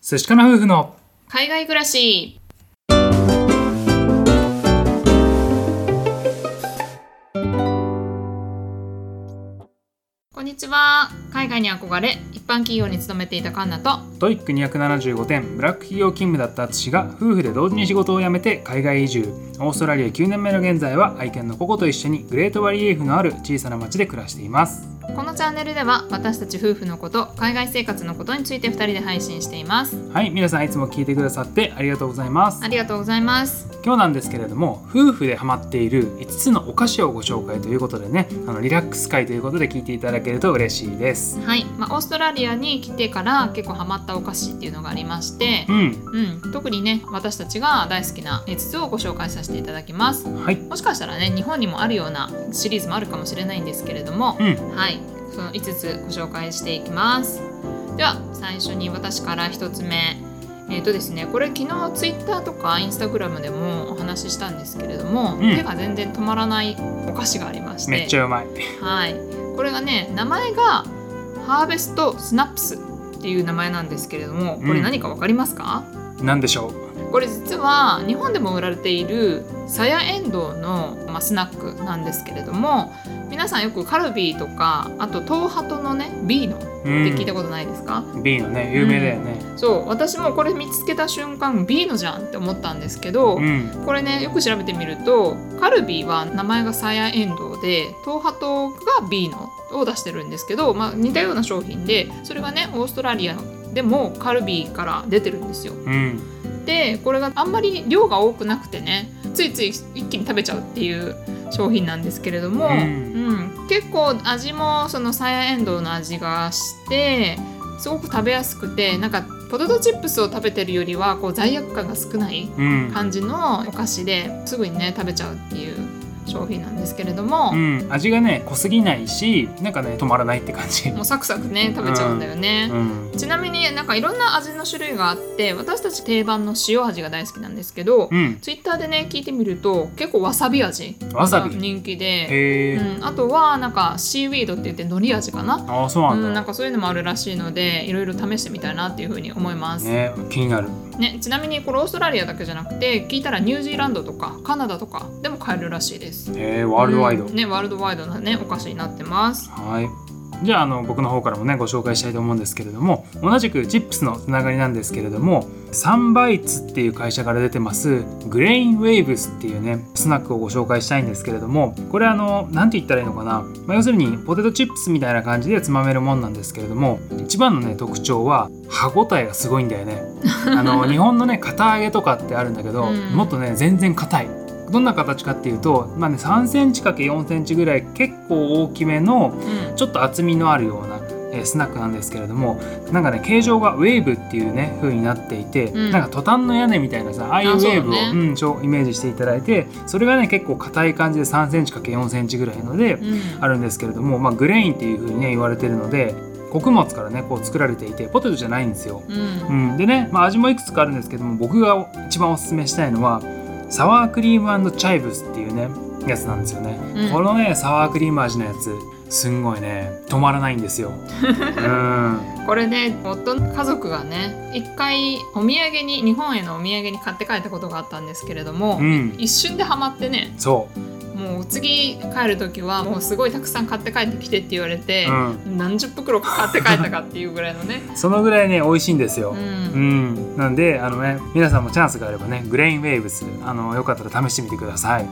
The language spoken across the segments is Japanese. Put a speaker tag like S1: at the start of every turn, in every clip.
S1: 寿司かな夫婦の
S2: 海外暮らしこんにちは海外に憧れ一般企業に勤めていたカンナと
S1: トイック275点ブラック企業勤務だった私が夫婦で同時に仕事を辞めて海外移住オーストラリア9年目の現在は愛犬のココと一緒にグレートバリエーフのある小さな町で暮らしています
S2: このチャンネルでは私たち夫婦のこと海外生活のことについて2人で配信しています
S1: はい皆さんいつも聞いてくださってありがとうございます
S2: ありがとうございます
S1: 今日なんですけれども夫婦でハマっている5つのお菓子をご紹介ということでねあのリラックス会ということで聞いていただけると嬉しいです
S2: はい、まあ、オーストラリアに来てから結構ハマったお菓子っていうのがありまして
S1: うん
S2: うん、特にね私たちが大好きな5つをご紹介させていただきます
S1: はい
S2: もしかしたらね日本にもあるようなシリーズもあるかもしれないんですけれども
S1: う、ん
S2: はいその5つご紹介していきますでは最初に私から1つ目えっ、とですねこれ昨日 Twitter とか Instagram でもお話ししたんですけれども、
S1: ん
S2: 手が全然止まらないお菓子がありまして
S1: めっちゃうまい
S2: はい、これがね名前がハーベストスナップスっていう名前なんですけれどもこ
S1: う
S2: れ
S1: ん
S2: 何かわかりますか、
S1: なんでしょ
S2: これ実は日本でも売られているさやえんどうの、まあ、スナックなんですけれども皆さんよくカルビーとかあと東ハトのね B のって
S1: う、うん、
S2: 聞いたことないですか、
S1: B のね有名だよね
S2: そう私もこれ見つけた瞬間 B のじゃんって思ったんですけど、
S1: うん
S2: これねよく調べてみるとカルビーは名前がサヤエンドウで東ハトがビーノを出してるんですけど、まあ、似たような商品でそれがねオーストラリアでもカルビーから出てるんですよ
S1: うん
S2: でこれがあんまり量が多くなくてねついつい一気に食べちゃうっていう商品なんですけれども、
S1: う
S2: うんん結構味もそのサヤエンドウの味がしてすごく食べやすくてなんかポテトチップスを食べてるよりはこう罪悪感が少ない
S1: うん
S2: 感じのお菓子ですぐにね食べちゃうっていう商品なんですけれども、
S1: うん、味がね濃すぎないしなんかね止まらないって感じ、
S2: もうサクサクね食べちゃうんだよね、
S1: うん
S2: ちなみになんかいろんな味の種類があって私たち定番の塩味が大好きなんですけど、
S1: うん、
S2: ツイッターでね聞いてみると結構わさび味
S1: わさ
S2: が
S1: び
S2: 人気で、
S1: へ
S2: う
S1: え、
S2: ん、あとはなんかシーウィードって言って海苔味かな
S1: ああそうな
S2: うん
S1: だ、
S2: ん、なんかそういうのもあるらしいのでいろいろ試してみたいなっていうふうに思います、ね
S1: ね気になる
S2: ちなみにこれオーストラリアだけじゃなくて聞いたらニュージーランドとかカナダとかでも買えるらしいです
S1: へえワールドワイド、
S2: うんねワールドワイドなねお菓子になってます
S1: はいじゃああの僕の方からもねご紹介したいと思うんですけれども同じくチップスのつながりなんですけれどもサンバイツっていう会社から出てますグレインウェーブスっていうねスナックをご紹介したいんですけれどもこれあの何て言ったらいいのかな、まあ、要するにポテトチップスみたいな感じでつまめるもんなんですけれども一番のね特徴は歯ごたえがすごいんだよ ねあの日本のね堅揚げとかってあるんだけど、
S2: うん
S1: もっとね全然硬いどんな形かっていうと、まあね、3センチ ×4 センチぐらい結構大きめの
S2: うん
S1: ちょっと厚みのあるような、えースナックなんですけれどもなんかね形状がウェーブっていうね風になっていて、
S2: うん
S1: なんかトタンの屋根みたいなさああいうウ
S2: あそう
S1: ェ
S2: だね
S1: ーブをうんそうイメージしていただいてそれがね結構硬い感じで3センチ ×4 センチぐらいので、
S2: うん
S1: あるんですけれども、まあ、グレインっていう風にね言われてるので穀物からねこう作られていてポテトじゃないんですよ。
S2: うん
S1: うん、でね、まあ、味もいくつかあるんですけども僕が一番おすすめしたいのはサワークリームチャイブスっていうねやつなんですよね、
S2: うん
S1: このねサワークリーム味のやつすんごいね止まらないんです ようん
S2: これで夫の家族がね一回お土産に日本へのお土産に買って帰ったことがあったんですけれども、
S1: うん
S2: 一瞬でハマってね
S1: そう、
S2: もう次帰る時はもうすごいたくさん買って帰ってきてって言われて、
S1: うん、
S2: 何十袋か買って帰ったかっていうぐらい のね、
S1: そのぐらいね美味しいんですよ、
S2: う、
S1: うんん、なんであのね皆さんもチャンスがあればねグレインウェーブスあのよかったら試してみてください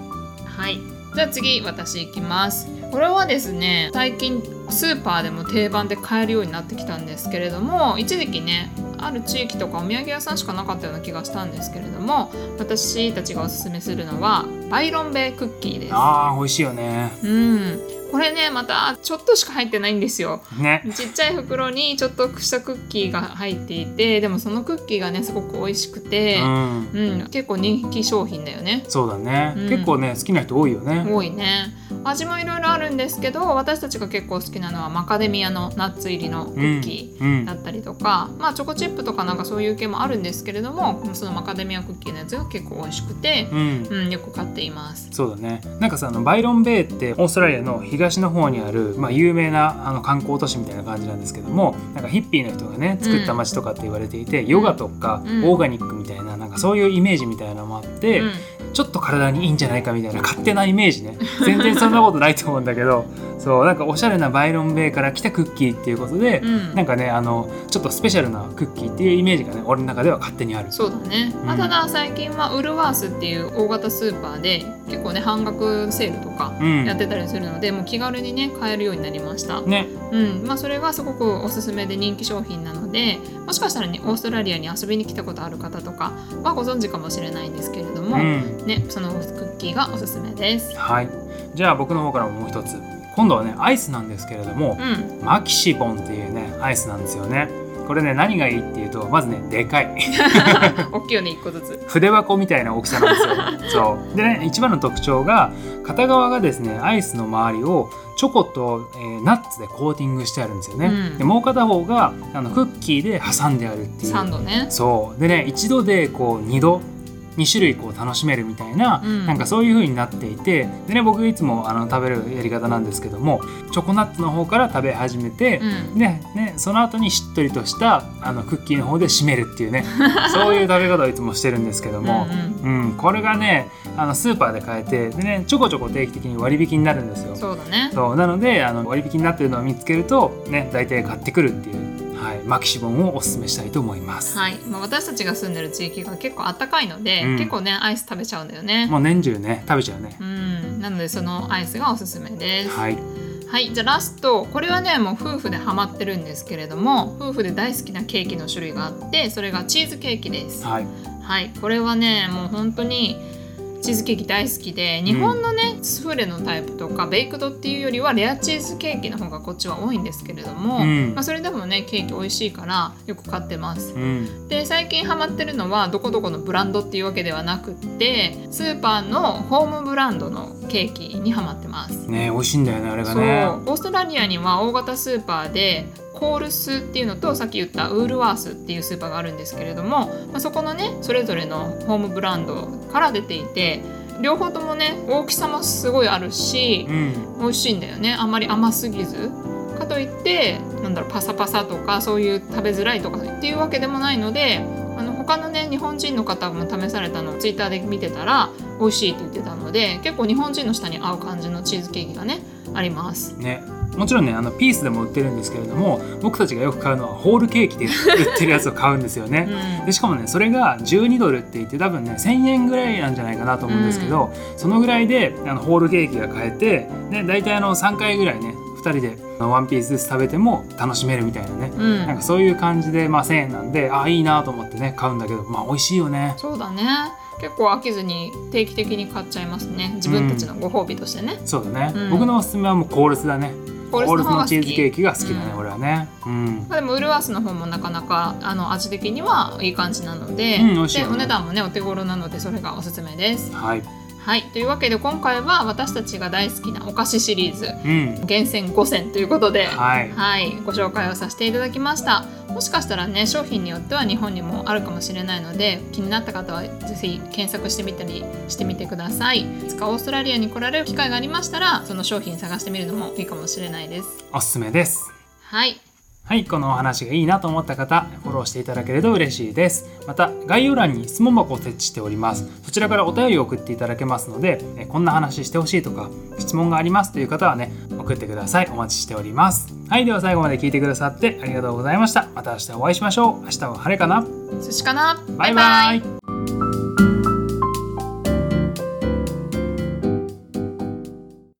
S2: はいじゃあ次私行きますこれはですね最近スーパーでも定番で買えるようになってきたんですけれども一時期ねある地域とかお土産屋さんしかなかったような気がしたんですけれども私たちがおすすめするのはバイロンベイクッキーです
S1: あー美味しいよね
S2: うん、これねまたちょっとしか入ってないんですよ
S1: ね
S2: ちっちゃい袋にちょっとしたクッキーが入っていてでもそのクッキーがねすごく美味しくて
S1: う、ん
S2: うん結構人気商品だよね
S1: そうだね、
S2: うん
S1: 結構ね好きな人多いよね
S2: 多いね味もいろいろあるんですけど私たちが結構好きなのはマカデミアのナッツ入りのクッキ
S1: うんう
S2: ー
S1: ん
S2: だったりとか、まあチョコチップとかなんかそういう系もあるんですけれどもそのマカデミアクッキーのやつが結構美味しくて、
S1: うん
S2: うん、よく買っています
S1: そうだねなんかさあのバイロンベイってオーストラリアのヒ東の方にある、まあ、有名なあの観光都市みたいな感じなんですけどもなんかヒッピーの人がね作った街とかって言われていて、ヨガとか
S2: うん
S1: オーガニックみたいななんかそういうイメージみたいなのもあって、
S2: うん
S1: ちょっと体にいいんじゃないかみたいな勝手なイメージね全然そんなことないと思うんだけどそうなんかおしゃれなバイロンベイから来たクッキーっていうことで、
S2: うん
S1: なんかねあのちょっとスペシャルなクッキーっていうイメージがね俺の中では勝手にある。
S2: そうだね、
S1: うん
S2: まあ、ただ最近はウルワースっていう大型スーパーで結構ね半額セールとか
S1: うん
S2: やってたりするので、もう気軽にね買えるようになりました、
S1: ね、
S2: うんまあ、それはすごくおすすめで人気商品なのでもしかしたらねオーストラリアに遊びに来たことある方とかはご存知かもしれないんですけれども、
S1: うん
S2: ね、そのクッキーがおすすめです
S1: はいじゃあ僕の方からももう一つ今度はねアイスなんですけれども
S2: う、 ん
S1: マキシボンっていうねアイスなんですよねこれね何がいいっていうとまずねでかい
S2: 大きいよね1個ずつ
S1: 筆箱みたいな大きさなんです よそうでね一番の特徴が片側がですねアイスの周りをチョコと、えーナッツでコーティングしてあるんですよね、
S2: うん
S1: でもう片方があのクッキーで挟んであるっていう
S2: サンドね
S1: そうでね一度でこう二度2種類こう楽しめるみたいな、
S2: うん
S1: なんかそういう風になっていてでね僕いつもあの食べるやり方なんですけどもチョコナッツの方から食べ始めて、
S2: うん
S1: ねね、その後にしっとりとしたあのクッキーの方で締めるっていう ねそういう食べ方をいつもしてるんですけども
S2: う、ん
S1: うん、これがねあのスーパーで買えてで、ね、ちょこちょこ定期的に割引になるんですよ
S2: うん、。そうだね
S1: そうなのであの割引になってるのを見つけるとね大体買ってくるっていう、はい、マキシボンをおすすめしたいと思います。
S2: はい、まあ、私たちが住んでる地域が結構暖かいので、
S1: うん
S2: 結構ねアイス食べちゃうんだ よね
S1: もう年中ね食べちゃうね
S2: う。んなのでそのアイスがおすすめですはい、
S1: はい、
S2: じゃあラストこれはねもう夫婦でハマってるんですけれども夫婦で大好きなケーキの種類があってそれがチーズケーキです
S1: はい、
S2: はいこれはねもう本当にチーズケーキ大好きで日本のね、スフレのタイプとかベイクドっていうよりはレアチーズケーキの方がこっちは多いんですけれども、
S1: うん
S2: まあ、それでもねケーキ美味しいからよく買ってます
S1: うん、
S2: で最近ハマってるのはどこどこのブランドっていうわけではなくってスーパーのホームブランドのケーキにハマってます、
S1: ね美味しいんだよねあれが
S2: そうオ
S1: ね。
S2: ーストラリアには大型スーパーでコールスっていうのとさっき言ったウールワースっていうスーパーがあるんですけれども、まあ、そこのねそれぞれのホームブランドから出ていて両方ともね大きさもすごいあるし
S1: うん、
S2: 美味しいんだよねあんまり甘すぎずかといってなんだろうパサパサとかそういう食べづらいとかっていうわけでもないのであの他のね日本人の方も試されたのをツイッターで見てたら美味しいって言ってたので結構日本人の舌に合う感じのチーズケーキがねあります
S1: ね。もちろんねあのピースでも売ってるんですけれども僕たちがよく買うのはホールケーキで売ってるやつを買うんですよね
S2: う。ん
S1: でしかもねそれが12ドルって言って多分ね1,000円ぐらいなんじゃないかなと思うんですけど、そのぐらいであのホールケーキが買えてで大体あの3回ぐらいね2人であのワンピースずつ食べても楽しめるみたいなね、
S2: うん
S1: なんかそういう感じで、まあ、1,000円なんであいいなと思ってね買うんだけどまあ美味しいよね。
S2: そうだね結構飽きずに定期的に買っちゃいますね自分たちのご褒美としてね、
S1: そうだね、
S2: うん
S1: 僕のおすすめはもうコールスだね
S2: コールスの方が好
S1: チーズケー
S2: き
S1: キが好きだね、
S2: うん
S1: 俺はねうん
S2: まあでもウルワースの方もなかなかあの味的にはいい感じなので,、
S1: うん美味しい
S2: で
S1: よね
S2: お値段もねお手頃なのでそれがおすすめです。
S1: はい
S2: はいというわけで今回は私たちが大好きなお菓子シリーズ
S1: うん
S2: 厳選5選ということで、
S1: はい
S2: ご紹介をさせていただきましたもしかしたらね商品によっては日本にもあるかもしれないので気になった方はぜひ検索してみたりしてみてくださいいつかオーストラリアに来られる機会がありましたらその商品探してみるのもいいかもしれないです
S1: おすすめです
S2: はい
S1: はい、このお話がいいなと思った方、フォローしていただけると嬉しいです。また、概要欄に質問箱を設置しております。そちらからお便りを送っていただけますので、えこんな話してほしいとか、質問がありますという方はね、送ってください。お待ちしております。はい、では最後まで聞いてくださってありがとうございました。また明日お会いしましょう。明日は晴れかな
S2: 寿司かな
S1: バイバイ